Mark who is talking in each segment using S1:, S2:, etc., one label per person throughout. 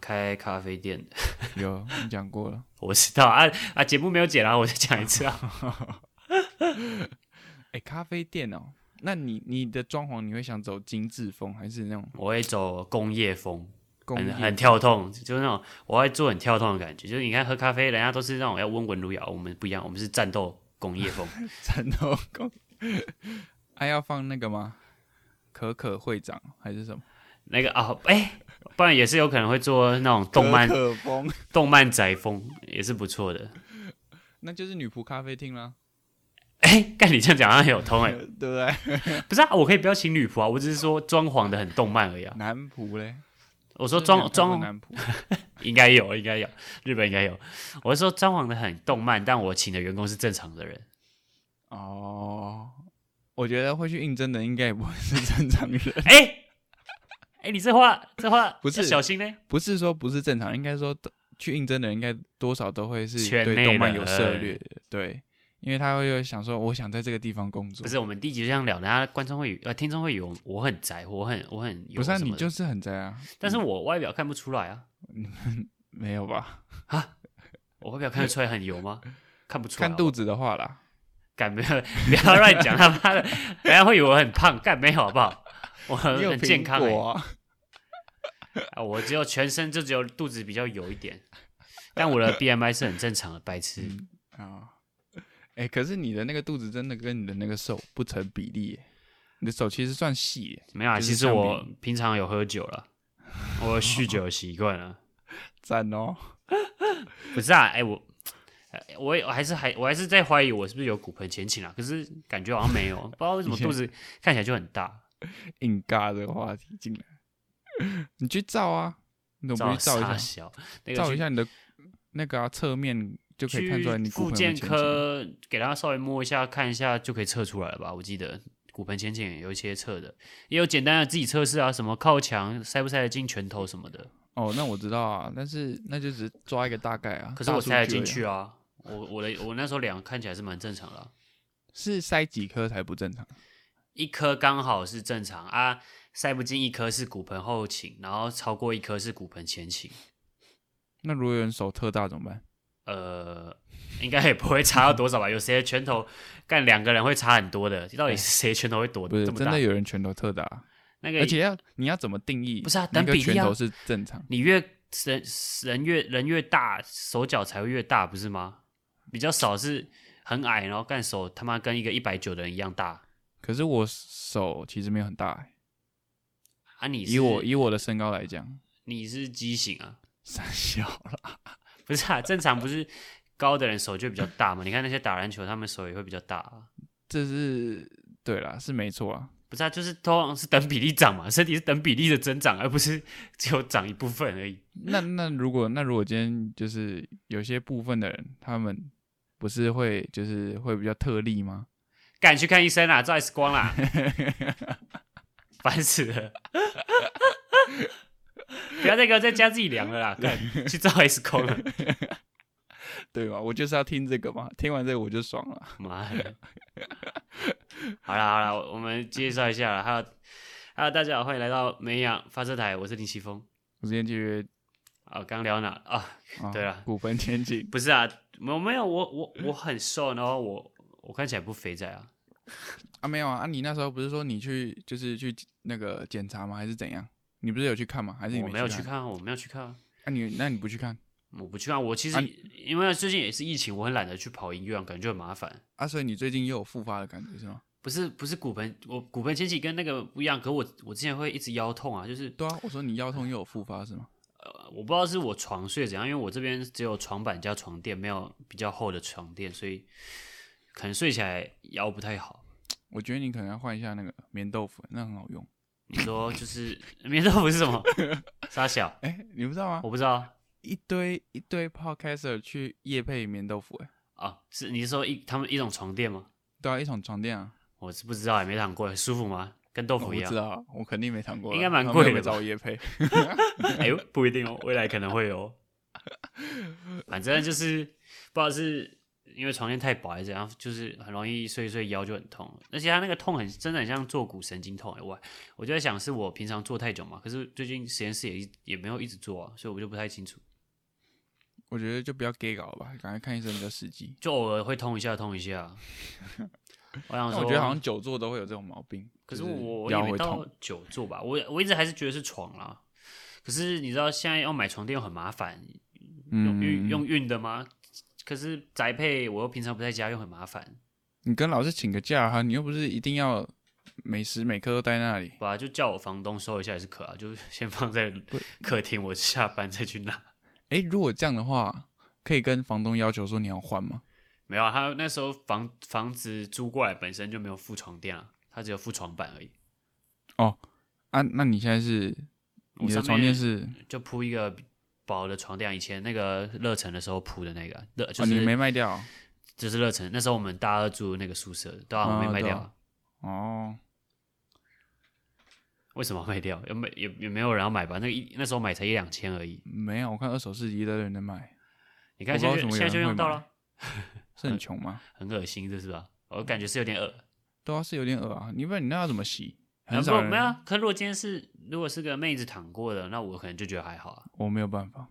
S1: 开咖啡店的，
S2: 有你讲过了，
S1: 我知道啊啊，节目没有剪啊，我再讲一次啊。
S2: 哎、咖啡店哦，那你你的装潢你会想走精致风，还是那种
S1: 我会走工业风，
S2: 工
S1: 很
S2: 业
S1: 很跳动，就是那种我会做很跳动的感觉。就是你看喝咖啡，人家都是那种要温文儒雅，我们不一样，我们是战斗工业风。
S2: 战斗工？ 还、要放那个吗？可可会长还是什么？
S1: 那个啊，哎、不然也是有可能会做那种动漫
S2: 可可风，
S1: 动漫宅风，也是不错的。
S2: 那就是女仆咖啡厅啦，
S1: 哎、干你这样讲好像有通哎、
S2: 呃对不对？
S1: 不是啊，我可以不要请女仆啊，我只是说装潢的很动漫而已啊。
S2: 男仆嘞，
S1: 我说
S2: 就是
S1: 装
S2: 没
S1: 装
S2: 有看过男仆，
S1: 应该有，应该有，日本应该有。我是说装潢的很动漫，但我请的员工是正常的人。
S2: 哦。我觉得会去应征的应该也不会是正常人，
S1: 哎、哎、你这话这话
S2: 不是
S1: 要小心呢。
S2: 不是说不是正常，应该说去应征的人应该多少都会是
S1: 圈
S2: 对
S1: 内哎
S2: 动漫
S1: 人
S2: 有涉略的，对，因为他会有想说，我想在这个地方工作
S1: 不，是我们第一集就这样聊，人家观众会以为呃听众会以为我很宅，我很我很有
S2: 不是、啊、
S1: 什么
S2: 你
S1: 的
S2: 就是很宅啊，
S1: 但是我外表看不出来啊，
S2: 没 有吧？
S1: 我外表看得出来很油吗？看不出来，啊
S2: 看肚子的话啦，
S1: 敢没有，不要乱讲他妈的，人家会以为我很胖，干没有好不好？我
S2: 你 有
S1: 很健康、
S2: 苹
S1: 欸
S2: 果啊
S1: 啊，我只有全身就只有肚子比较油一点，但我的 BMI 是很正常的，白痴。
S2: 啊，哎、可是你的那个肚子真的跟你的那个手不成比例耶，你的手其实算细欸耶，
S1: 没有啊，
S2: 就是
S1: 其实
S2: 相比
S1: 我平常有喝酒 了，我有酗酒的习惯了。
S2: 赞哦，
S1: 不是啊，哎、我，哎我也我还是还我还是在怀疑我是不是有骨盆前倾啊，可是感觉好像没有，不知道为什 么肚子看起来就很大。
S2: 硬嘎这个话题进来， 你去照啊，你怎
S1: 照
S2: 么不去照一
S1: 傻
S2: 下？
S1: 小，那个
S2: 照
S1: 去
S2: 一下你的那个啊、侧面就可以看出来你
S1: 去
S2: 骨
S1: 复
S2: 盆有没
S1: 健
S2: 有前倾
S1: 科给他稍微摸一下看一下就可以测出来了吧？我记得骨盆前倾也有一些测的，也有简单的自己测试啊，什么靠墙塞不塞得进拳头什么的。
S2: 哦，那我知道啊，但是那就只是抓一个大概啊。
S1: 可是我
S2: 大数
S1: 塞得
S2: 据
S1: 进
S2: 而已啊，
S1: 去啊，我我的我那时候量看起来是蛮正常的啊、
S2: 是塞几颗才不正常？
S1: 一颗刚好是正常啊，塞不进一颗是骨盆后倾，然后超过一颗是骨盆前倾。
S2: 那如果有人手特大怎么办？
S1: 呃，应该也不会差到多少吧？有谁的拳头干两个人会差很多的？到底是谁拳头会多
S2: 哎不是
S1: 这么
S2: 真
S1: 大
S2: 的？有人拳头特大啊，
S1: 那个
S2: 而且要你要怎么定义？
S1: 不是啊
S2: 那
S1: 等
S2: 个
S1: 比例
S2: 拳
S1: 啊
S2: 头是正常。
S1: 你越人人越人越大，手脚才会越大，不是吗？比较少是很矮，然后干手他妈跟一个一百九的人一样大
S2: 可是我手其实没有很大欸、
S1: 啊！你
S2: 以
S1: 是
S2: 我以我的身高来讲，
S1: 你是畸形啊？
S2: 三小了。
S1: 不是啊，正常不是高的人手就比较大嘛？你看那些打篮球，他们手也会比较大、啊。
S2: 这是对啦，是没错啊。
S1: 不是啊，就是通常是等比例长嘛，身体是等比例的增长，而不是只有长一部分而已。
S2: 那那如果那如果今天就是有些部分的人，他们不是会就是会比较特例吗？
S1: 赶去看医生啦，啊照 X 光啦， 烦死了！ 不要再给我在家自己量了啦，干去照 X 光了，
S2: 对吧？我就是要听这个嘛，听完这个我就爽了。
S1: 妈的！好啦好啦，我我们介绍一下啦，还有还有大家好，欢迎来到美养发射台，我是林奇峰。
S2: 我今天去
S1: 啊，刚聊哪啊？
S2: 啊，
S1: 对啦
S2: 骨盆前倾，
S1: 不是啊，我没有，我我我很瘦，然后我我看起来不肥仔啊。
S2: 啊，没有啊，啊，你那时候不是说你去就是去那个检查吗？还是怎样？你不是有去看吗？还是你
S1: 我没有
S2: 去
S1: 去？看啊，我没有去看啊，
S2: 啊，你那你不去看
S1: 我不去看。我其实、
S2: 啊
S1: 因为最近也是疫情，我很懒得去跑医院，感觉很麻烦。
S2: 啊？所以你最近又有复发的感觉是吗？
S1: 不是不是骨盆，我骨盆前倾跟那个不一样。可我我之前会一直腰痛啊，就是
S2: 对啊，我说你腰痛又有复发是吗？
S1: 呃我不知道是我床睡怎样，因为我这边只有床板加床垫，没有比较厚的床垫，所以可能睡起来腰不太好。
S2: 我觉得你可能要换一下那个棉豆腐，那很好用。
S1: 你说就是 棉豆腐是什么？傻小，
S2: 哎、你不知道吗？
S1: 我不知道
S2: 一堆一堆 podcaster 去夜配棉豆腐、哎，
S1: 啊。是你是说一他们一种床垫吗？
S2: 对啊，一种床垫啊。
S1: 我是不知道，也没躺过，舒服吗？跟豆
S2: 我
S1: 腐
S2: 不
S1: 一
S2: 知
S1: 样？
S2: 道，我肯定没尝过
S1: 哦
S2: 啊，
S1: 应该蛮
S2: 他们
S1: 贵
S2: 又没
S1: 的吧
S2: 找我夜配。
S1: 哎呦，哦 不一定哦，未来可能会有。反正就是不知道是因为床垫太薄还是怎样，就是很容易睡一睡腰就很痛，而且它那个痛很真的很像坐骨神经痛、欸。我我就在想，是我平常坐太久嘛？可是最近实验室也一也没有一直做啊，所以我就不太清楚，
S2: 我觉得就不要 gay 搞了吧，赶快看医生比较实际。
S1: 就偶尔会痛一下痛一 下。啊我想
S2: 但
S1: 说，
S2: 我觉得好像久坐都会有这种毛病，
S1: 哦可是
S2: 就
S1: 我也
S2: 腰
S1: 没
S2: 会
S1: 到
S2: 痛。
S1: 久坐吧，我我一直还是觉得是床啦。可是你知道现在要买床垫又很麻烦，用运
S2: 嗯
S1: 用运的吗？可是宅配我又平常不在家，又很麻烦，
S2: 你跟老师请个假哈，你又不是一定要每时每刻都待那里。
S1: 对吧？就叫我房东收一下也是可啊，就是先放在 客厅，我下班再去拿。
S2: 哎，如果这样的话，可以跟房东要求说你要换吗？
S1: 没有、啊，他那时候房房子租过来本身就没有附床垫啊，他只有附床板而已，
S2: 啊，那你现在是
S1: 我
S2: 你
S1: 上
S2: 的
S1: 面
S2: 床垫是、
S1: 就铺一个薄的床垫。以前那个乐城的时候铺的那个，啊乐就
S2: 哦，
S1: 是、
S2: 你没卖掉
S1: 就是乐城，那时候我们大二住的那个宿舍，对啊，
S2: 啊
S1: 我没卖
S2: 对
S1: 掉，
S2: 啊哦，
S1: 为什么卖掉？也没也也没有人要买吧？那个一那时候买才一两千而已，
S2: 没有，我看二手市集一堆人在卖，
S1: 你看
S2: 我
S1: 现在
S2: 不知道
S1: 就现
S2: 为什么有
S1: 在
S2: 人
S1: 就用到
S2: 会
S1: 了
S2: 买，是
S1: 嗯
S2: 很穷吗？
S1: 很恶心，这是吧？我感觉是有点恶。
S2: 对啊，是有点恶啊，你不然你那要怎么洗？
S1: 啊
S2: 很
S1: 不
S2: 少人，
S1: 没有啊。可如果今天是如果是个妹子躺过的，那我可能就觉得还好啊。
S2: 我没有办法，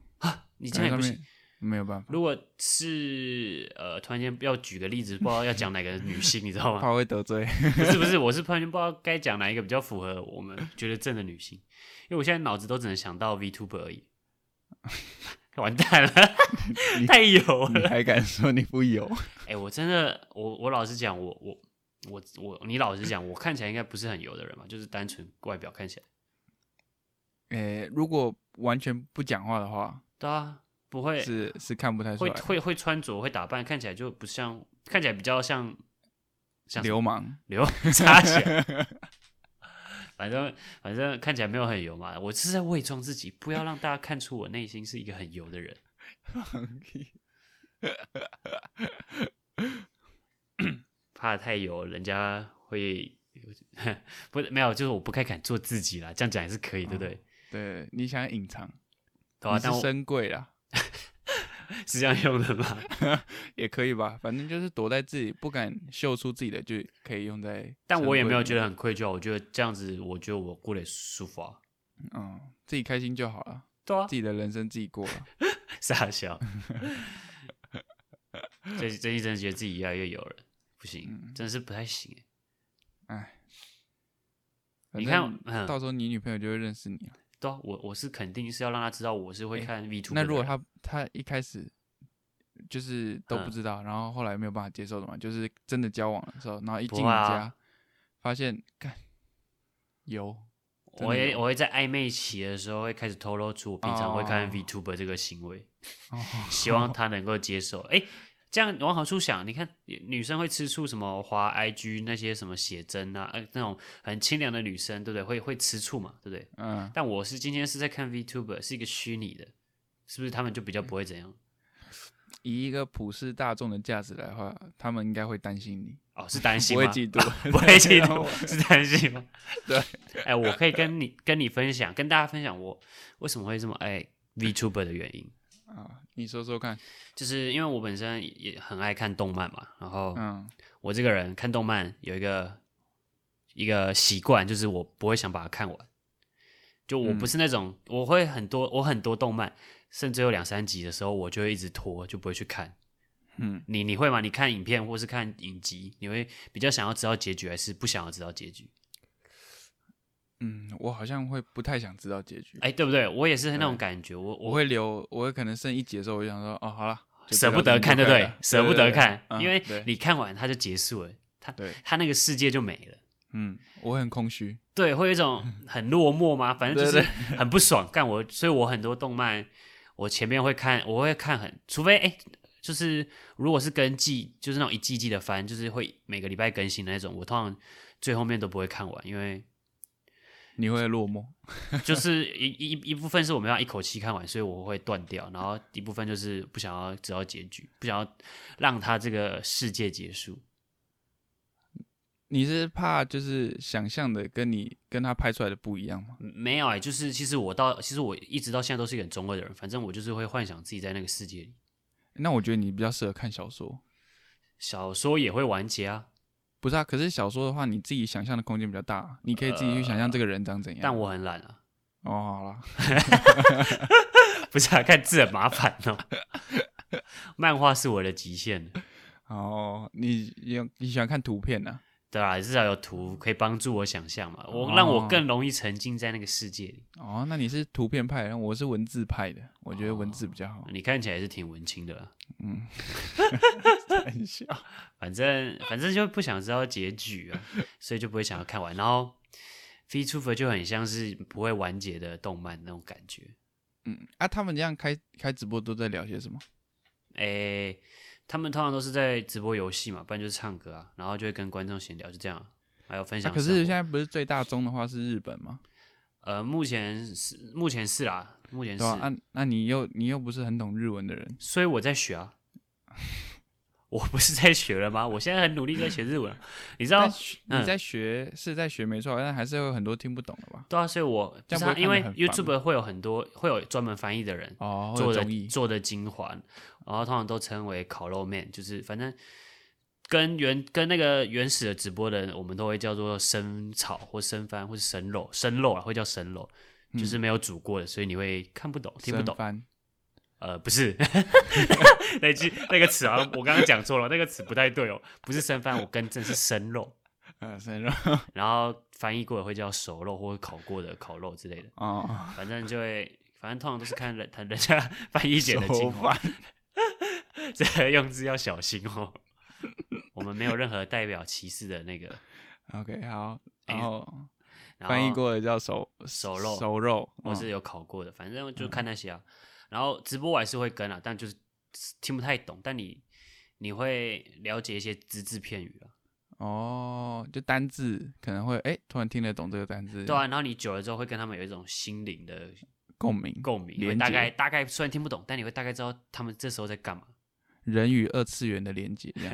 S1: 你这
S2: 感
S1: 样
S2: 觉
S1: 也不行。
S2: 上面没有办法，
S1: 如果是呃，突然间要举个例子，不知道要讲哪个女性，你知道吗？
S2: 怕会 得罪。
S1: 不是不是，我是突然间不知道该讲哪一个比较符合我们觉得正的女性，因为我现在脑子都只能想到 VTuber 而已。 完蛋了，太油了。
S2: 你还敢说你 不有？
S1: 哎、我真的，我我老实讲，我我我我，你老实讲，我看起来应该不是很油的人嘛，就是单纯外表看起来，
S2: 诶，如果完全不讲话的话，
S1: 对啊，不会
S2: 是是看不太出
S1: 会
S2: 来
S1: 会会穿着会打扮，看起来就不像，看起来比较像像什么
S2: 流氓。
S1: 流插起 来，反正反正看起来没有很油嘛，我是在伪装自己，不要让大家看出我内心是一个很油的人。怕太油，人家会 不是没有，就是我不太敢做自己啦。这样讲也是可以，对不对？
S2: 对，你想隐藏，
S1: 对啊
S2: 哦你，
S1: 但
S2: 是
S1: 我
S2: 深贵啦，
S1: 是这样用的吗？
S2: 也可以吧，反正就是躲在自己不敢秀出自己的，就可以用在。
S1: 但我也没有觉
S2: 得，
S1: 得很愧疚，我觉得这样子，我觉得我过得舒服啊。
S2: 嗯，自己开心就好了，
S1: 对啊
S2: 自，己的人生自己过了。
S1: 傻笑。最最近真的觉得自己越来越有了，不行，
S2: 嗯
S1: 真的是不太行欸。
S2: 哎，
S1: 你
S2: 反
S1: 看
S2: 正，
S1: 嗯，
S2: 到时候你女朋友就会认识你了。
S1: 对啊，我我是肯定是要让他知道我是会看 V 图。
S2: 那如果她她一开始就是都不
S1: 嗯
S2: 知道，然后后来没有办法接受的嘛，就是真的交往的时候，然后一
S1: 不
S2: 进你
S1: 会啊
S2: 家，发现干有真
S1: 我
S2: 的
S1: 也
S2: 有
S1: 我会在暧昧期的时候会开始透露出我平常会看
S2: 哦
S1: VTuber 这个行为，
S2: 哦，
S1: 希望他能够接受。哎、这样往好处想，你看女生会吃醋什么滑 IG 那些什么写真啊，呃那种很清凉的女生，对不对？会会吃醋嘛，对不对？
S2: 嗯，
S1: 但我是今天是在看 VTuber，是一个虚拟的，是不是他们就比较
S2: 嗯
S1: 不会怎样？
S2: 以一个普世大众的价值来话，他们应该会担心你，
S1: 哦，是担心
S2: 不会
S1: 吗？
S2: 嫉妒，
S1: 不会嫉
S2: 然 后
S1: 妒，是担心吗？
S2: 对，
S1: 哎，我可以跟你跟你分享，跟大家分享我为什么会这么爱 VTuber 的原因，
S2: 啊，你说说看，
S1: 就是因为我本身也很爱看动漫嘛，然后
S2: 嗯，
S1: 我这个人看动漫有一个一个习惯，就是我不会想把它看完。就我
S2: 嗯
S1: 不是那种，我会很多，我很多动漫，甚至有两三集的时候，我就会一直拖，就不会去看。
S2: 嗯，
S1: 你你会吗？你看影片或是看影集，你会比较想要知道结局，还是不想要知道结局？
S2: 嗯，我好像会不太想知道结局，
S1: 哎，对不对？我也是那种感觉，我
S2: 嗯我
S1: 我
S2: 会留，我会可能剩一集的时候，我就想说，哦，好了，就
S1: 舍
S2: 知道
S1: 不得
S2: 结局
S1: 看，对不对
S2: 了？
S1: 舍不得看，
S2: 对
S1: 因
S2: 对
S1: 为
S2: 对嗯对
S1: 你看完它就结束了，它
S2: 对，
S1: 它那个世界就没了。
S2: 嗯，我会很空虚，
S1: 对，会有一 种很落寞吗？反正就是
S2: 对
S1: 很不爽。干我，所以我很多动漫，我前面会看，我会看很，除非哎、就是如果是跟季，就是那种一季一季的番，就是会每个礼拜更新的那种，我通常最后面都不会看完，因为
S2: 你会落寞，
S1: 就是一一一部分是我们要一口气看完，所以我会断掉，然后一部分就是不想要知道结局，不想要让它这个世界结束。
S2: 你是怕就是想象的跟你跟他拍出来的不一样吗？
S1: 没有哎、就是其实我到，其实我一直到现在都是一个很中二的人，反正我就是会幻想自己在那个世界里。
S2: 那我觉得你比较适合看小说，
S1: 小说也会完结啊，
S2: 不是啊，可是小说的话，你自己想象的空间比较大啊，你可以自己去想象这个人长怎样。
S1: 但我很懒啊，
S2: 哦，好了，
S1: 不是啊，看字很麻烦哦。 漫画是我的极限，
S2: 哦，你你你喜欢看图片啊呢、
S1: 对吧、至少有图可以帮助我想象嘛，我
S2: 哦
S1: 让我更容易沉浸在那个世界里。
S2: 啊？哦，那你是图片派，然后我是文字派的，我觉得文字比较好。
S1: 你看起来是挺文青的啦，
S2: 嗯，很像。
S1: 反正反正就不想知道结局啊，所以就不会想要看完。然后《Free t r o o e r 就很像是不会完结的动漫那种感觉。
S2: 嗯啊，他们这样开开直播都在聊些什么？
S1: 诶、他们通常都是在直播游戏嘛，不然就是唱歌啊，然后就会跟观众闲聊，就这样啊，还有分
S2: 啊、
S1: 享
S2: 可
S1: 生活、
S2: 是现在不是最大宗的话是日本吗？
S1: 呃，目前是目前是啦，目前
S2: 对
S1: 是，
S2: 吧、啊？那、那你又你又不是很懂日文的人，
S1: 所以我在学啊。 我不是在学了吗？我现在很努力在学日文啊，你知道
S2: 但？学你
S1: 嗯
S2: 在学、是在学没错，但还是有很多听不懂的吧？
S1: 对啊，所以我
S2: 这
S1: 不是啊、
S2: 样不会看得
S1: 因为
S2: 很烦
S1: YouTube 会有很多会有专门翻译的人，
S2: 哦，
S1: 做
S2: 或者
S1: 的
S2: 综艺
S1: 做的精华，然后通常都称为烤肉面，就是反正跟原跟那个原始的直播的人，我们都会叫做生炒或生番或是生肉，生肉啊会叫生肉，就是没有煮过的，所以你会看不懂听不懂
S2: 嗯生。番
S1: 呃，不是， 那句那个词好像我刚刚讲错了，那个词不太对哦，不是生番，我更正是生肉，
S2: 呃，生肉
S1: 然后翻译过的会叫熟肉或者烤过的烤肉之类的，
S2: 哦，
S1: 反正就会。反正通常都是看人，看人家 翻译姐的精
S2: 手
S1: 华，
S2: 饭
S1: 这个用字要小心哦。我们没有任何代表歧视的那个。
S2: OK，好，
S1: 哎
S2: 然后
S1: 然后
S2: 翻译过的叫熟
S1: 熟肉
S2: 熟肉，
S1: 或
S2: 嗯
S1: 是有考过的，反正就看那些啊。然后直播我还是会跟啊，但就是听不太懂，但你你会了解一些只字片语啊，
S2: 哦，就单字可能会哎、突然听得懂这个单字，
S1: 对啊。然后你久了之后会跟他们有一种心灵的
S2: 共鸣
S1: 共鸣，你会
S2: 连结
S1: 大概大概虽然听不懂，但你会大概知道他们这时候在干嘛。
S2: 人与二次元的连接， 这样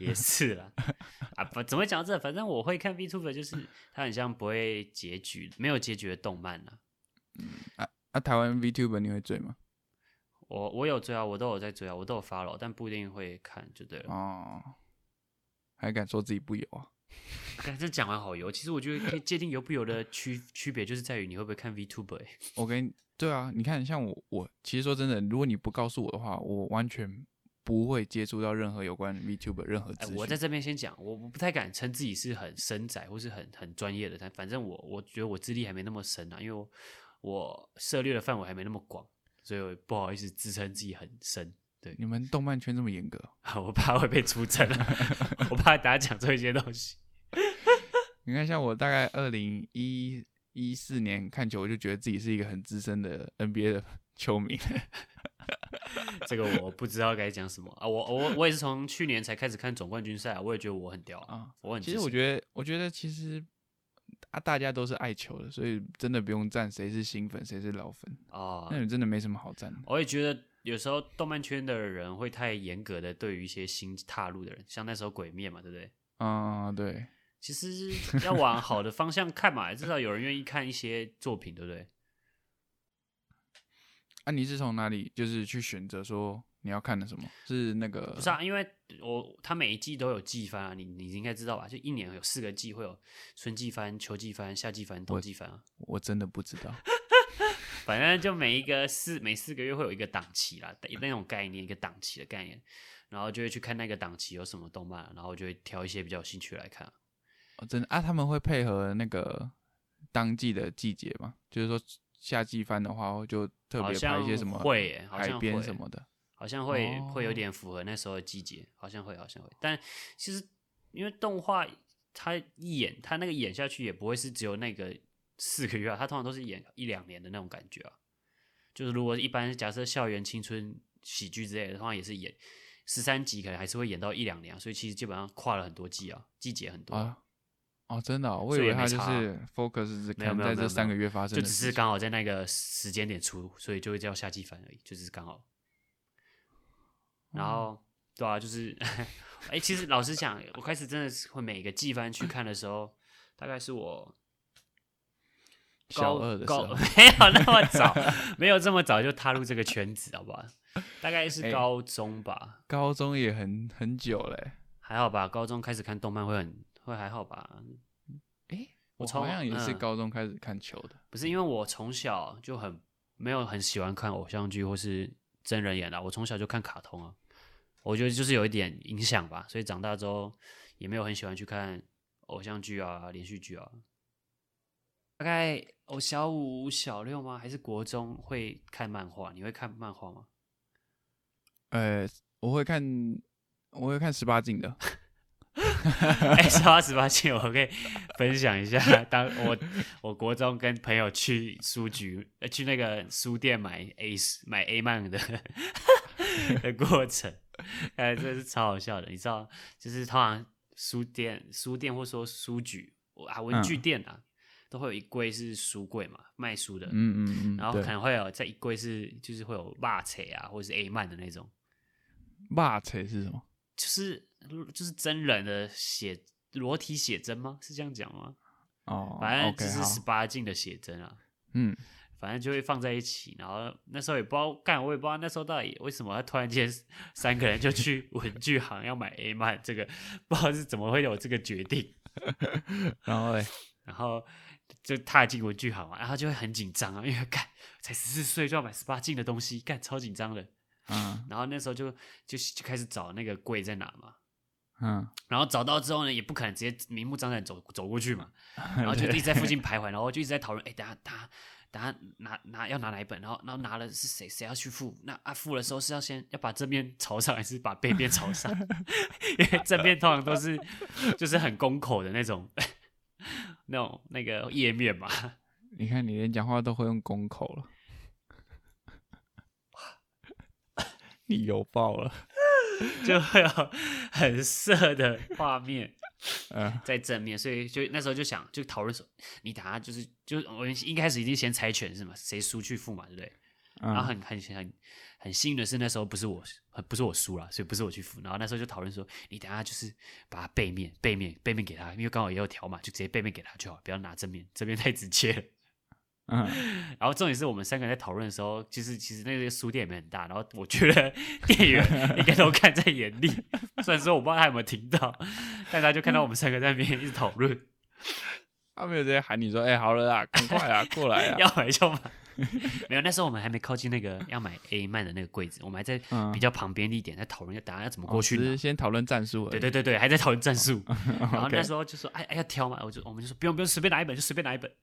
S1: 也是啦，啊不，怎么会讲到这？反正我会看 VTuber，就是它很像不会结局、没有结局的动漫啊。
S2: 啊，台湾 VTuber 你会 追吗？
S1: 我我有追啊，我都有在追啊，我都有 follow，但不一定会看，就对了。
S2: 哦，还敢说自己不有啊？
S1: 但这讲完好油，其实我觉得可以界定油不油的区区别，就是在于你会不会看 VTuber 欸、
S2: 我跟你对啊，你看像我，我其实说真的，如果你不告诉我的话，我完全不会接触到任何有关 VTuber 任何
S1: 哎
S2: 资讯。
S1: 我在这边先讲，我我不太敢称自己是很深窄或是很很专业的，但反正我我觉得我资历还没那么深啊，因为我我涉猎的范围还没那么广，所以我不好意思自称自己很深。对，
S2: 你们动漫圈这么严格哦，
S1: 我怕会被出征啊， 我怕大家讲错一些东西。
S2: 你看像我大概二零一一四年看球，我就觉得自己是一个很资深的 NBA 的 球迷。
S1: 这个我不知道该讲什么啊！我我我也是从去年才开始看总冠军赛、啊，我也觉得我很屌啊
S2: 啊，
S1: 我很
S2: 其实我觉得，我觉得其实啊，大家都是爱球的，所以真的不用站谁是新粉谁是老粉，
S1: 得啊、
S2: 那你真的没什么好站的。
S1: 我也觉得有时候动漫圈的人会太严格的对于一些新踏入的人，像那时候《鬼灭》嘛，对不对？
S2: 啊、对，
S1: 其实要往好的方向看嘛，至少有人愿意看一些作品，对不对？
S2: 啊，你是从哪里就是去选择说你要看的什么？是那个
S1: 不是啊，因为我他每一季都有季番啊，你你应该知道吧？就一年有四个季，会有春季番、秋季番、夏季番、冬季番啊。
S2: 我真的不知道。
S1: 反正就每一个四每四个月会有一个档期啦，那种概念一个档期的概念，然后就会去看那个档期有什么动漫，然后就会挑一些比较有兴趣来看。
S2: 哦、真的啊，他们会配合那个当季的季节嘛？就是说夏季番的话，就特
S1: 好
S2: 别拍
S1: 像
S2: 一些什么
S1: 会耶好
S2: 海
S1: 像
S2: 边
S1: 会
S2: 什么的。
S1: 好像会、
S2: 哦
S1: 会有点符合那时候的季节，好像会好像会，但其实因为动画它一演它那个演下去也不会是只有那个 四个月啊，它通常都是演一两年的那种感觉啊。就是如果一般假设校园青春喜剧之类的，通常也是演十三集，可能还是会演到一两年啊、所以其实基本上跨了很多季啊，季节很多啊、
S2: 啊。哦，真的哦、我
S1: 所以
S2: 以
S1: 也
S2: 为
S1: 没
S2: 他就
S1: 差啊
S2: 是 focus 是
S1: 没有
S2: 看
S1: 没有
S2: 在
S1: 没
S2: 这
S1: 有
S2: 三
S1: 没
S2: 个
S1: 有
S2: 月发生
S1: 就
S2: 的
S1: 只
S2: 事情，
S1: 是刚好在那个时间点出，所以就会叫夏季番而已，就只是刚好。
S2: 嗯
S1: 然后，对啊，就是，哎、其实老实讲，我开始真的是会每个季番去看的时候，大概是我
S2: 小
S1: 高
S2: 二的时
S1: 高
S2: 候
S1: 没有那么早，没有这么早就踏入这个圈子，好不好？大概是
S2: 哎
S1: 高中吧，
S2: 高中也很很久嘞、
S1: 还好吧。高中开始看动漫会很会还好吧？
S2: 诶
S1: 我
S2: 我
S1: 超
S2: 好像也是
S1: 嗯
S2: 高中开始看球的。
S1: 不是因为我从小就很没有很喜欢看偶像剧或是真人演的啊，我从小就看卡通啊。我觉得就是有一点影响吧，所以长大之后也没有很喜欢去看偶像剧啊、连续剧啊。大概我小五、小六吗？还是国中会看漫画？你会看漫画吗？
S2: 呃，我会看，我会看十八 禁的。
S1: 哎，十八十八禁，我可以分享一下。当我我国中跟朋友去书局，呃去那个书店买 A 买 A 漫的 的过程，哎，这是超好笑的。你知道，就是通常书店、书店或说书局啊，文
S2: 嗯
S1: 具店啊，都会有一柜是书柜嘛，卖书的。
S2: 嗯嗯嗯，
S1: 然后
S2: 对
S1: 可能会有在一柜是就是会有袜册啊，或者是 A 漫的那种。
S2: 袜子是什么？
S1: 就是就是真人的写裸体写真吗？是这样讲吗？
S2: 哦，
S1: 反正
S2: OK，
S1: 就是十
S2: 好，
S1: 八禁的写真啊，
S2: 嗯，
S1: 反正就会放在一起。然后那时候也不知道干，我也不知道那时候到底为什么突然间 三个人就去文具行要买 A 漫，这个不知道是怎么会有这个决定。
S2: 然后嘞，
S1: 然后就踏进文具行嘛，然后就会很紧张啊，因为干才十四岁就要买十八禁的东西，干超紧张的。
S2: 嗯
S1: 然后那时候就就就开始找那个柜在哪嘛，
S2: 嗯，
S1: 然后找到之后呢，也不可能直接明目张胆走走过去嘛，然 后就一直在附近徘徊，然后就一直在讨论，哎，等下等下等下拿拿要拿哪一本，然后然后拿了是谁谁要去付，那啊付的时候是要先要把正面朝上还是把背面朝上？ 因为正面通常都是就是很公口的那种那种那个页面嘛，
S2: 你看你连讲话都会用公口 了，你油爆了，
S1: 就会有很色的画面。
S2: 嗯
S1: 在正面，所以就那时候就想就讨论说，你打就是就我们一开始一定先猜拳是吗？谁输去付嘛，对不对？然后很
S2: 嗯，
S1: 很很很幸运的是那时候不是我呃不是我输了，所以不是我去付。然后那时候就讨论说，你等下就是把它背面背面背面给他，因为刚好也有条码，就直接背面给他就好，不要拿正面，正面太直接了。
S2: 嗯，
S1: 然后重点是我们三个人在讨论的时候，就是其实那个书店也没很大，然后我觉得 店员应该都看在眼里，虽然说我不知道他有没有听到，但他就看到我们三个在那边一直讨论。
S2: 他没有直接喊你说，哎，好 了啊，赶快啊，过来啊，
S1: 要买就买。 没有，那时候我们还没靠近那个要买 A 漫的那个柜子，我们还在
S2: 嗯
S1: 比较旁边的一点在讨论要答案要怎么
S2: 哦
S1: 过去
S2: 只
S1: 拿。
S2: 是先讨论战术而已，
S1: 对对对对，还在讨论战 术。然后
S2: OK
S1: 那时候就说，哎哎要挑嘛，我就我们就说不用不用，随便拿一本就随便拿一本。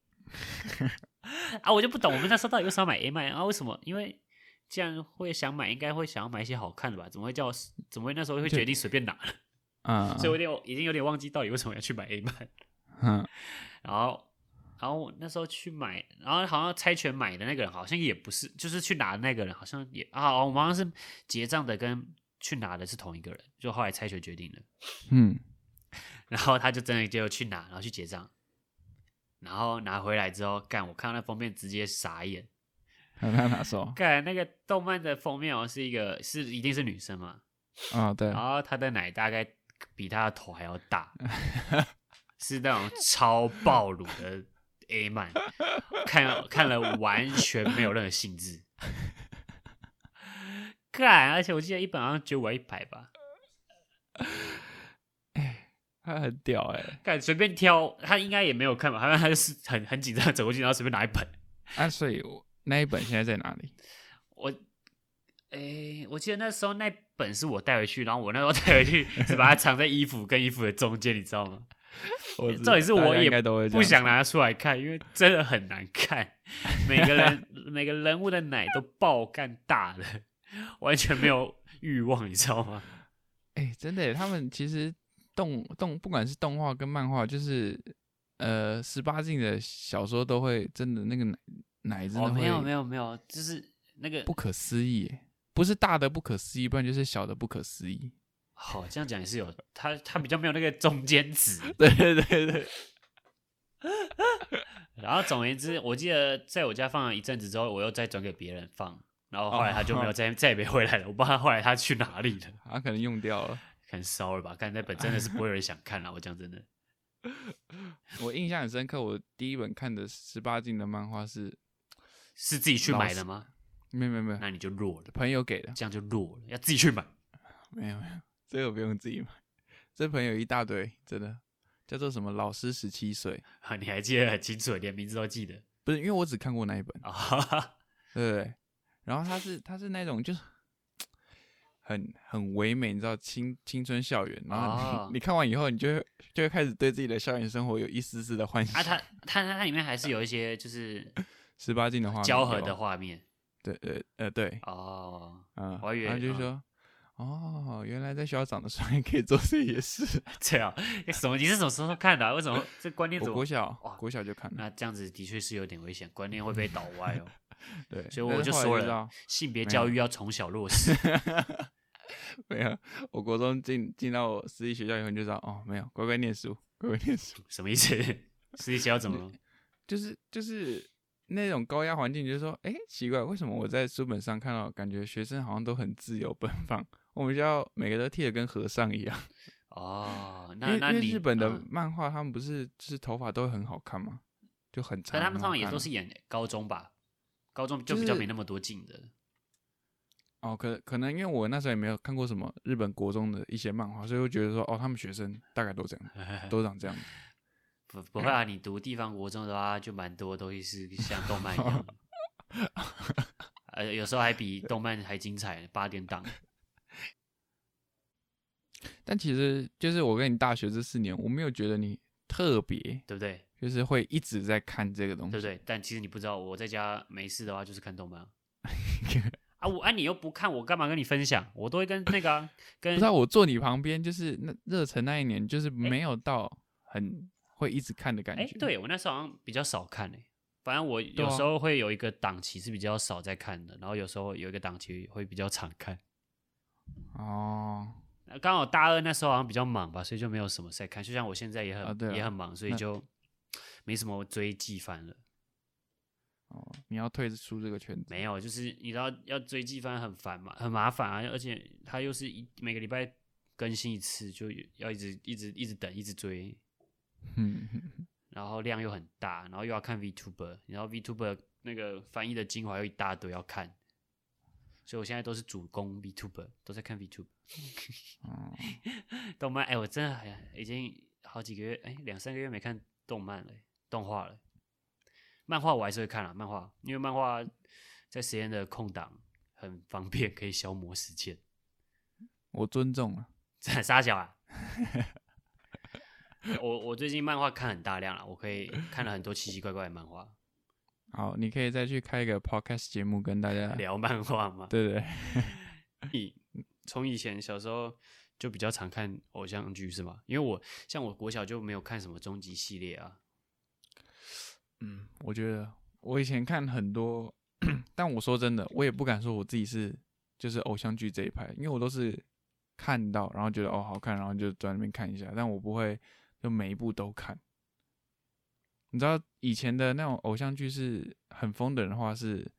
S1: 啊，我就不懂，我们那时候到底为什么要买 A 漫啊？为什么？因为既然会想买，应该会想要买一些好看的吧？怎么会叫我？怎么会那时候会决定随便拿？
S2: 嗯，
S1: 所以我有点已经有点忘记到底为什么要去买 A 漫。
S2: 嗯
S1: 然后，然后我那时候去买，然后好像猜拳买的那个人好像也不是，就是去拿的那个人好像也啊，我们好像是结账的跟去拿的是同一个人，就后来猜拳决定的。
S2: 嗯，
S1: 然后他就真的就去拿，然后去结账，然后拿回来之后，干，我看到那封面直接傻眼，
S2: 看他拿手，
S1: 干那个动漫的封面好哦像是一个是一定是女生嘛，
S2: 啊，对
S1: 然，后她的奶大概比她的头还要大，是那种超暴乳的 A 漫，看看了完全没有任何兴致。干，而且我记得一本好像只有我一百吧，
S2: 他很屌哎，
S1: 干随便挑，他应该也没有看吧，好像他就是很很紧张地走过去，然后随便拿一本。
S2: 啊，所以我那一本现在在哪里？
S1: 我，诶、我记得那时候那本是我带回去，然后我那时候带回去 是把它藏在衣服跟衣服的中间，你知道吗？
S2: 我
S1: 重点是
S2: 大
S1: 我
S2: 家
S1: 也
S2: 应该都会这
S1: 不
S2: 样
S1: 想拿出来看，因为真的很难看。 每个人每个人物的奶都爆干大了，完全没有欲望，你知道吗？
S2: 哎、真的耶，他们其实动动不管是动画跟漫画，就是呃十八禁的小说都会真的那个奶奶真
S1: 哦，
S2: 的
S1: 没有没
S2: 会
S1: 有没有，就是那个
S2: 不可思议耶，不是大的不可思议，不然就是小的不可 思议。
S1: 好、这样讲也是有，他他比较没有那个中间值。
S2: 对对对对，
S1: 然后总而言之，我记得在我家放了一阵子之后，我又再转给别人放，然后后来他就没有再、再也没回来了。我不知道他后来他去哪里 了，
S2: 他可能用掉了。
S1: 很骚了吧？看那本真的是不会有人想看了，我讲真的。
S2: 我印象很深刻，我第一本看的十八禁的漫画是
S1: 是自己去
S2: 老
S1: 买
S2: 师
S1: 的吗？
S2: 没有没有没有，
S1: 那你就弱了，
S2: 朋友给的，
S1: 这样就弱了，要自己去买。
S2: 没有没有，这个不用自己买，这朋友一大堆，真的叫做什么老师十七岁，
S1: 啊，你还记得很清楚，连名字都记 得
S2: 不是因为我只看过那一本，
S1: 啊、哈哈
S2: 对不对？然后他是他是那种就是很很唯美，你知道青青春校园，然后你,、
S1: 哦
S2: 你看完以后，你就会就会开始对自己的校园生活有一丝丝的幻
S1: 啊，它
S2: 想。
S1: 它它它里面还是有一些就是
S2: 十八禁的画面
S1: 交合的
S2: 有，
S1: 画面
S2: 对呃呃对，
S1: 哦，
S2: 嗯，
S1: 我还以为
S2: 然后就
S1: 嗯
S2: 说。哦，原来在学校长得帅可以做这 些事。
S1: 这样什么？你是什么时候看的啊、为 什么这观念
S2: 我
S1: 怎
S2: 国
S1: 么？
S2: 小
S1: 哇，
S2: 国小就看了，
S1: 那这样子的确是有点危险，观念会被倒歪 哦。
S2: 对，
S1: 所以
S2: 但
S1: 我
S2: 是
S1: 就
S2: 后来
S1: 说
S2: 知
S1: 了
S2: 道，
S1: 性别
S2: 没
S1: 教
S2: 有
S1: 育要从小落 实。
S2: 没有，我国中进进到我私立学校以后，你就知道哦，没有，乖乖念书，乖乖念书，
S1: 什么意思？私立学校怎 么了？
S2: 就是就是那种高压环境，你就说，哎，奇怪，为什么我在书本上看到，感觉学生好像都很自由奔放，我们学校每个都剃得跟和尚一样，
S1: 哦，
S2: 因
S1: 那
S2: 为
S1: 那
S2: 因为
S1: 你
S2: 日本的
S1: 嗯
S2: 漫画，他们不是就是头发都会很好看吗？就很长，
S1: 但他们
S2: 很
S1: 通
S2: 好
S1: 常也
S2: 看
S1: 都
S2: 啊
S1: 是演高中吧，高中就
S2: 就
S1: 比较
S2: 是
S1: 没那么多镜的。
S2: 哦，可可能因为我那时候也没有看过什么日本国中的一些漫画，所以我觉得说，哦，他们学生大概都这样，
S1: 哎
S2: 都长这样。
S1: 不不会啊，你读地方国中的话，就蛮多东西是像动漫一样的， 呃，有时候还比动漫还精彩，八点档。
S2: 但其实就是我跟你大学这四年，我没有觉得你特别，
S1: 对不对？
S2: 就是会一直在看这个东
S1: 对
S2: 西。
S1: 不对？但其实你不知道，我在家没事的话就是看动漫啊。啊，我啊，你又不看，我干嘛跟你分享？我都会跟那个啊、
S2: 不
S1: 跟
S2: 知道我坐你旁边，就是那热忱那一年，就是没有到很会一直看的感
S1: 哎，
S2: 觉。，
S1: 对我那时候好像比较少看诶、反正我有
S2: 啊
S1: 时候会有一个档期是比较少在看的，然后有时候有一个档期会比较常看。
S2: 哦，
S1: 那刚好大二那时候好像比较忙吧，所以就没有什么在看。就像我现在也很、
S2: 啊对啊
S1: 也很忙，所以
S2: 那
S1: 就没什么追季番了。
S2: 哦，你要退出这个圈子，
S1: 没有，就是你知道要追季番很烦嘛，很麻烦啊，而且它又是一每个礼拜更新一次，就要一直一直一直等，一直追，
S2: 嗯，哼哼
S1: 然后量又很大，然后又要看 VTuber，然后 VTuber 那个翻译的精华又一大堆要看，所以我现在都是主攻 VTuber，都在看 VTuber。
S2: 哦，
S1: 动漫，哎、我真的很已经好几个月，哎、两三个月没看动漫了、动画了。漫画我还是会看啊，漫画，因为漫画在时间的空档很方便，可以消磨时间。
S2: 我尊重了。
S1: 这傻小啊！我我最近漫画看很大量了，我可以看了很多奇奇怪怪的漫画，
S2: 好，你可以再去开一个 podcast 节目跟大家，对
S1: 聊漫画嘛。
S2: 对对，
S1: 以从以前小时候就比较常看偶像剧是吗？因为我像我国小就没有看什么终极系列啊，
S2: 嗯，我觉得我以前看很多， 但我说真的，我也不敢说我自己是就是偶像剧这一派，因为我都是看到，然后觉得哦好看，然后就在那边看一下，但我不会就每一部都看。你知道以前的那种偶像剧是很疯的人的话是，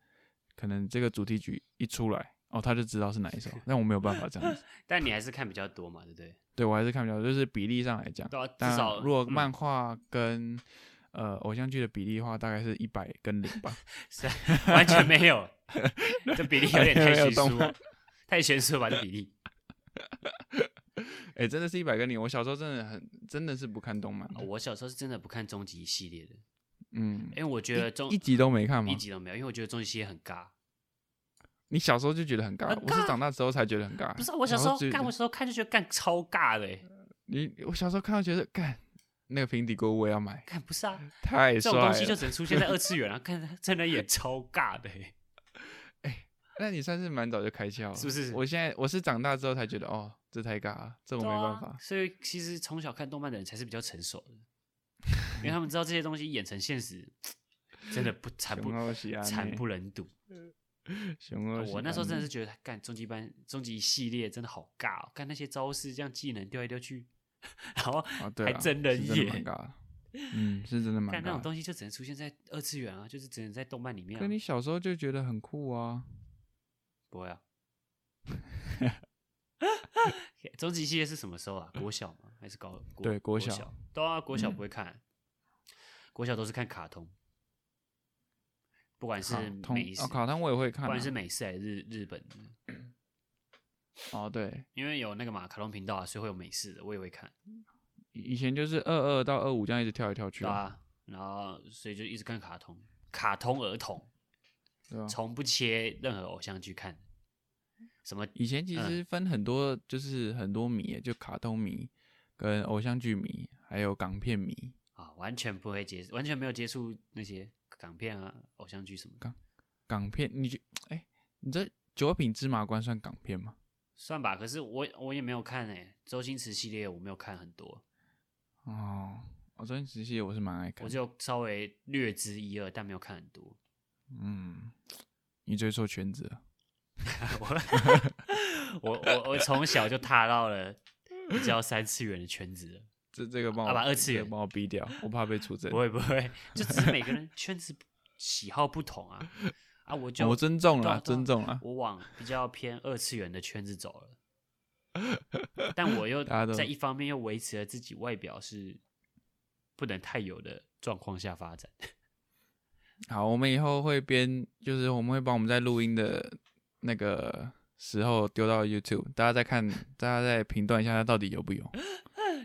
S2: 可能这个主题曲一出来，哦他就知道是哪一首，但我没有办法这样子，
S1: 但你还是看比较多嘛，对不对？
S2: 对我还是看不了，就是比例上来讲，
S1: 对啊，至
S2: 但
S1: 少
S2: 如果
S1: 嗯
S2: 漫画跟、呃偶像剧的比例的话，大概是一百跟零 吧。
S1: 是啊完全没 有，这比例有点太
S2: 完全没有
S1: 悬殊
S2: 动漫
S1: 了， 太悬殊了吧？这比 例，
S2: 哎、真的是一百跟零。我小时候真的很，真的是不看动漫的，
S1: 我小时候是真的不看终极系列的，
S2: 嗯
S1: 因，为我觉得终
S2: 一集都没看吗
S1: 一？集都没有，因为我觉得终极系列很尬。
S2: 你小时候就觉得很尬，
S1: 很啊
S2: 我是长大之后才觉得很尬。
S1: 不是啊我小时候
S2: 觉得
S1: 干，我小时候看就觉得干超尬的欸，
S2: 你我小时候看到觉得干那个平底锅我也要买，
S1: 干不是啊，
S2: 太
S1: 这
S2: 帅
S1: 种东西就
S2: 了。
S1: 只能出现在二次元啊，看他真人演超尬的欸，
S2: 那你算是蛮早就开窍了，
S1: 是不是
S2: 我现在我是长大之后才觉得，哦，这太尬了， 这我没
S1: 对
S2: 办
S1: 啊
S2: 法。
S1: 所以其实从小看动漫的人才是比较成熟的，因为他们知道这些东西演成现实，真的不惨不
S2: 熊二喜啊，
S1: 惨
S2: 你
S1: 不忍睹。
S2: 熊二喜啊，
S1: 我那时候真的
S2: 你
S1: 是觉得，干终极班、终极系列真的好尬、哦，看那些招式、这样技能丢来丢去， 然后
S2: 啊，对
S1: 还
S2: 啊，
S1: 真人
S2: 是真的
S1: 演
S2: 蛮，尬的。嗯，是真的蛮
S1: 干那
S2: 尬
S1: 种
S2: 的。
S1: 东西就只能出现在二次元啊，就是只能在动漫里面、
S2: 可你
S1: 啊。
S2: 小时候就觉得很酷啊，
S1: 不会啊。 终极系列是什么时候啊？国小吗？还是高？国
S2: 对国
S1: 国
S2: 小嗯
S1: 对啊，国小不会看，国小都是看卡通。不管是
S2: 卡通
S1: 美式，
S2: 哦，卡通我也会
S1: 不
S2: 看、啊
S1: 管，是美式还是日日本的，
S2: 哦对，
S1: 因为有那个嘛卡通频道啊，所以会有美式的，我也会看，
S2: 以以前就是二二到二五这样一直跳来跳去
S1: 对
S2: 啊，
S1: 啊，然后所以就一直看卡通，卡通儿童，
S2: 对吧、啊
S1: 从不切任何偶像剧看，什么
S2: 以前其实分很多，就是很多迷，就卡通迷、跟偶像剧迷，还有港片迷。
S1: 啊，完全不会接，完全没有接触那些港片啊、偶像剧什么的，
S2: 港片，你就哎、你这《九品芝麻官》算港片吗？
S1: 算吧。可是我我也没有看诶、欸周星驰系列我没有看很多，
S2: 哦，我昨天仔细我是蛮爱看
S1: 我。就稍微略知一二，但没有看很 多。
S2: 嗯，你追错圈子了。
S1: 我我我我从小就踏到了比较三次元的圈子了，
S2: 这这个帮我
S1: 啊把二次元
S2: 这个帮我逼掉，我怕被出 征
S1: 不。会不会，就只是每个人圈子喜好不同啊啊！我就
S2: 哦我尊重
S1: 对啊
S2: 了，
S1: 对啊
S2: 尊重了。
S1: 我往比较偏二次元的圈子走了，但我又
S2: 大家都
S1: 在一方面又维持了自己外表是不能太有的状况下发展。
S2: 好，我们以后会编，就是我们会把我们在录音的那个时候丢到 YouTube，大家再看，大家再评断一下它到底有 不有。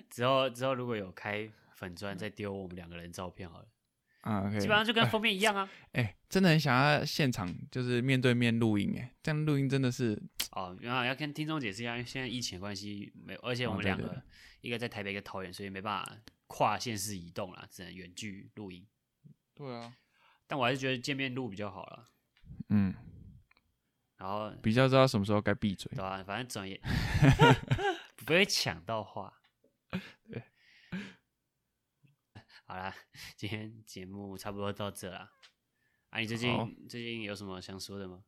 S1: 之后之后如果有开粉
S2: 嗯
S1: 砖，再丢我们两个人照片好了，
S2: 啊，可以。
S1: 基本上就跟封面一 样啊。
S2: 哎、真的很想要现场就是面对面录音，哎，这样录音真的是
S1: 哦，然后要跟听众解释一下，因为现在疫情的关系没有，而且我
S2: 哦
S1: 们
S2: 对
S1: 两
S2: 对
S1: 个、一个在台北，一个桃园，所以没办法跨县市移动啦，只能远距录音。
S2: 对啊，
S1: 但我还是觉得见面录比较好了。
S2: 嗯，
S1: 然后
S2: 比较知道什么时候该闭嘴
S1: 对。吧、反正 总也 不会抢到话。
S2: 对，
S1: 好啦，今天节目差不多到这啦。啊，你最近
S2: 好
S1: 最近有什么想说的吗？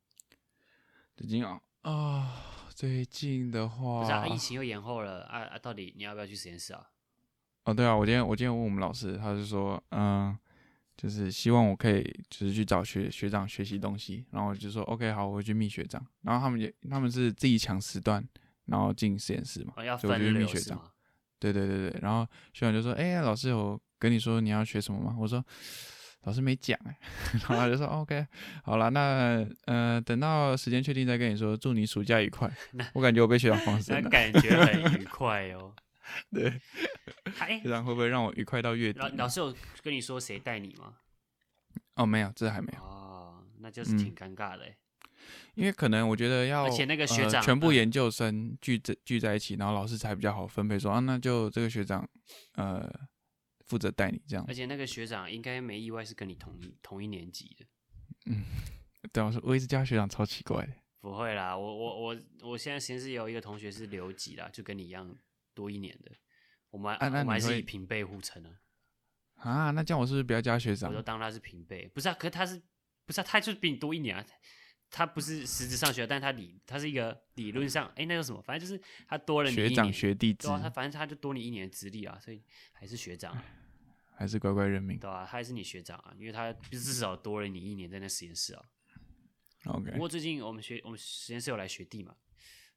S2: 最近啊啊、最近的话，
S1: 不是啊，疫情又延后了啊啊！到底你要不要去实验室啊？
S2: 哦，对啊，我今天我今天问我们老师，他就说，嗯、就是希望我可以就是去找学学长学习东西，然后我就说 OK 好，我会去密学长，然后他们也他们是自己抢时段，然后进实验室嘛，
S1: 哦、要
S2: 所以我就
S1: 分
S2: 去密
S1: 流
S2: 学
S1: 是
S2: 长，
S1: 吗？
S2: 对对对对，然后学长就说：“哎、老师有跟你说你要学什么吗？”我说：“老师没讲。”哎， 然后他就说哦：“OK，好了，那呃，等到时间确定再跟你说。祝你暑假愉快。”我感觉我被学长放生
S1: 那
S2: 了，
S1: 感觉很愉快哦。
S2: 对，
S1: 他哎
S2: 学，长会不会让我愉快到月底
S1: 老？老师有跟你说谁带你吗？
S2: 哦，没有，这还没有，嗯
S1: 哦，那就是挺尴尬的欸。
S2: 因为可能我觉得要，
S1: 而且那个学
S2: 呃
S1: 长
S2: 全部
S1: 呃
S2: 研究生聚在聚在一起，然后老师才比较好分配说啊，那就这个学长呃负责带你这样
S1: 而。且那个学长应该没意外是跟你同一同一年级的。
S2: 对啊，我说我一直叫他学长超奇怪的。
S1: 不会啦，我我我我现在实验室有一个同学是留级啦，就跟你一样多一年的。我们还、
S2: 啊那
S1: 我们还
S2: 你会
S1: 是以平辈互称啊，
S2: 啊，那这样我是不是不要加学
S1: 我
S2: 长
S1: 都？当他是平辈，不是啊？可是他是不是、啊、他就是比你多一年啊？他不是实质上学，但他理他是一个理论上，哎、那叫什么？反正就是他多了你一
S2: 学
S1: 年，
S2: 长学弟制
S1: 对，啊，他反正他就多你一年的资历啊，所以还是学长啊、
S2: 还是乖乖认命。
S1: 对啊，他还是你学长啊，因为他至少多了你一年在那实验室啊。不
S2: OK，
S1: 过最近我们学我们实验室有来学弟嘛，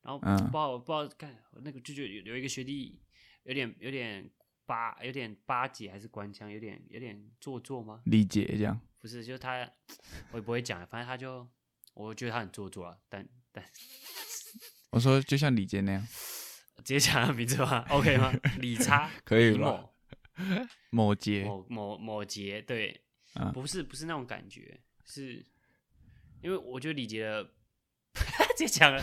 S1: 然后不
S2: 嗯
S1: 知道、不知道干那个就就有有一个学弟有点有点巴有点巴结还是官腔，有点有点做作吗？
S2: 理解这样。
S1: 不是，就是他我也不会讲，反正他就我觉得他很做作啊，但但
S2: 我说就像李杰那样，
S1: 直接讲他名字吧，OK 吗？理查
S2: 可以
S1: 李
S2: 吧
S1: 某
S2: 某杰，
S1: 某某某杰，对，
S2: 嗯
S1: 不是不是那种感觉，是因为我觉得李杰的 直接讲 了。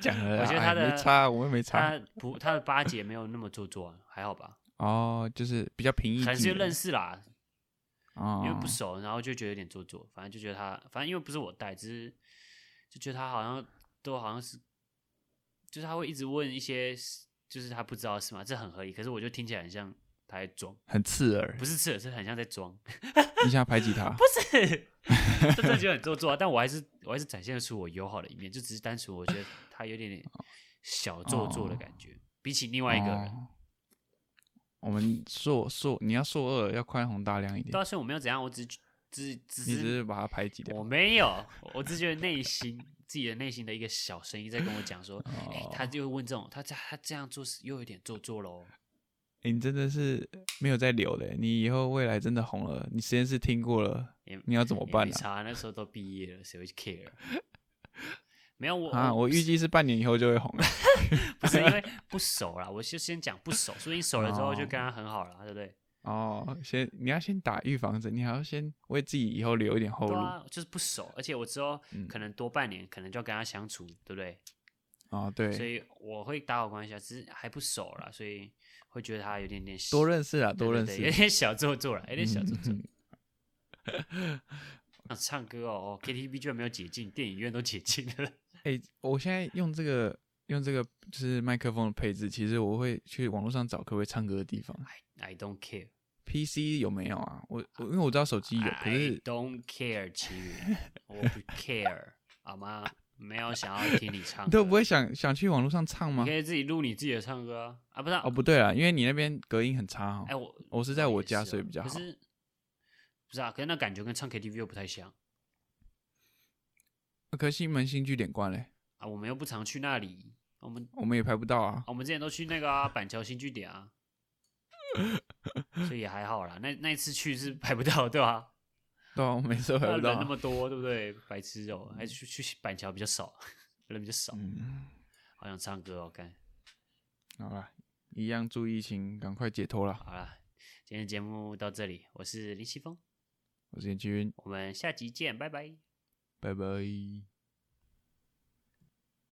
S2: 讲了啦，
S1: 我觉得他
S2: 哎
S1: 的
S2: 没差，我也没差。
S1: 他不，他的巴结没有那么做作啊，还好吧？
S2: 哦，就是比较平易近
S1: 可
S2: 人，
S1: 能是因为认识啦，
S2: 哦，
S1: 因为不熟，然后就觉得有点做作，反正就觉得他，反正因为不是我带，只是就觉得他好像都好像是，就是他会一直问一些，就是他不知道是吗？这很合理，可是我就听起来很像他在装，
S2: 很刺耳
S1: 不，是刺耳，是很像在装，
S2: 一下排挤他。
S1: 不是，这这就很做作啊。但我还是我还是展现出我友好的一面，就只是单纯我觉得他有点点小做作的感觉，比起另外一个人。
S2: 哦我们硕硕，你要硕二要宽宏大量一点
S1: 对，啊，所以我没有怎样，我只只只
S2: 你只
S1: 是
S2: 是把他排挤掉
S1: 我。没有，我只是觉得内心自己的内心的一个小声音在跟我讲说，哎、
S2: 哦
S1: 他就会问这种，他这他这样做是又有点做作喽。
S2: 诶你真的是没有在留的，你以后未来真的红了，你实验室听过了
S1: 也，
S2: 你要怎么办
S1: 没
S2: 呢、啊？
S1: 差，那时候都毕业了，谁会 care？没有我
S2: 啊，我预计是半年以后就会红了。
S1: 不是因为不熟啦，我就先讲不熟，所以你熟了之后就跟他很好了，对不对？
S2: 哦，先你要先打预防针，你还要先为自己以后留一点后
S1: 对
S2: 路。
S1: 啊，就是不熟，而且我之后
S2: 嗯
S1: 可能多半年，可能就要跟他相处，对不对？
S2: 哦，
S1: 所
S2: 对，
S1: 以我会打好关系啊，只是还不熟啦，所以会觉得他有点点小
S2: 多认识啊，
S1: 对
S2: 多认
S1: 对
S2: 识。
S1: 对有点小做作了，有点小做作。
S2: 嗯
S1: 啊 唱歌哦哦，KTV 居然没有解禁，电影院都解禁了。
S2: 哎、我现在用这个用这个就是麦克风的配置，其实我会去网络上找可不可以唱歌的地方。
S1: I don't care，
S2: PC 有没有啊？我我因为我知道手 机有，可
S1: I
S2: 是
S1: don't care，齐宇，我不 care，好 吗？没有想要听你唱
S2: 你
S1: 歌，
S2: 都不会想想去网络上唱吗
S1: 你可？以自己录你自己的唱歌啊，啊不是啊
S2: 哦，不对啊，因为你那边隔音很差哦哈、
S1: 哎、我
S2: 我是在我家，
S1: 也是
S2: 所以
S1: 啊
S2: 比较好
S1: 可。是不是啊？可是那感觉跟唱 KTV 又不太像
S2: 可惜门新据点关嘞，
S1: 啊。我们又不常去那里，我们、
S2: 我们也排不到啊
S1: 啊。我们之前都去那个、 啊、板桥新据点啊，所以也还好啦。那那一次去是排不到，对吧、
S2: 对啊，我每次都排
S1: 那
S2: 不到、
S1: 呃 人那
S2: 啊。
S1: 么多，对不对？白痴哦、还是去去板桥比较少， 人比较少。
S2: 嗯，
S1: 好想唱歌哦，干
S2: 好啦，一样注意，请赶快解脱啦。
S1: 好啦，今天的节目到这里，我是林奇峰，
S2: 我是严君，
S1: 我们下集见，拜拜。
S2: 拜拜。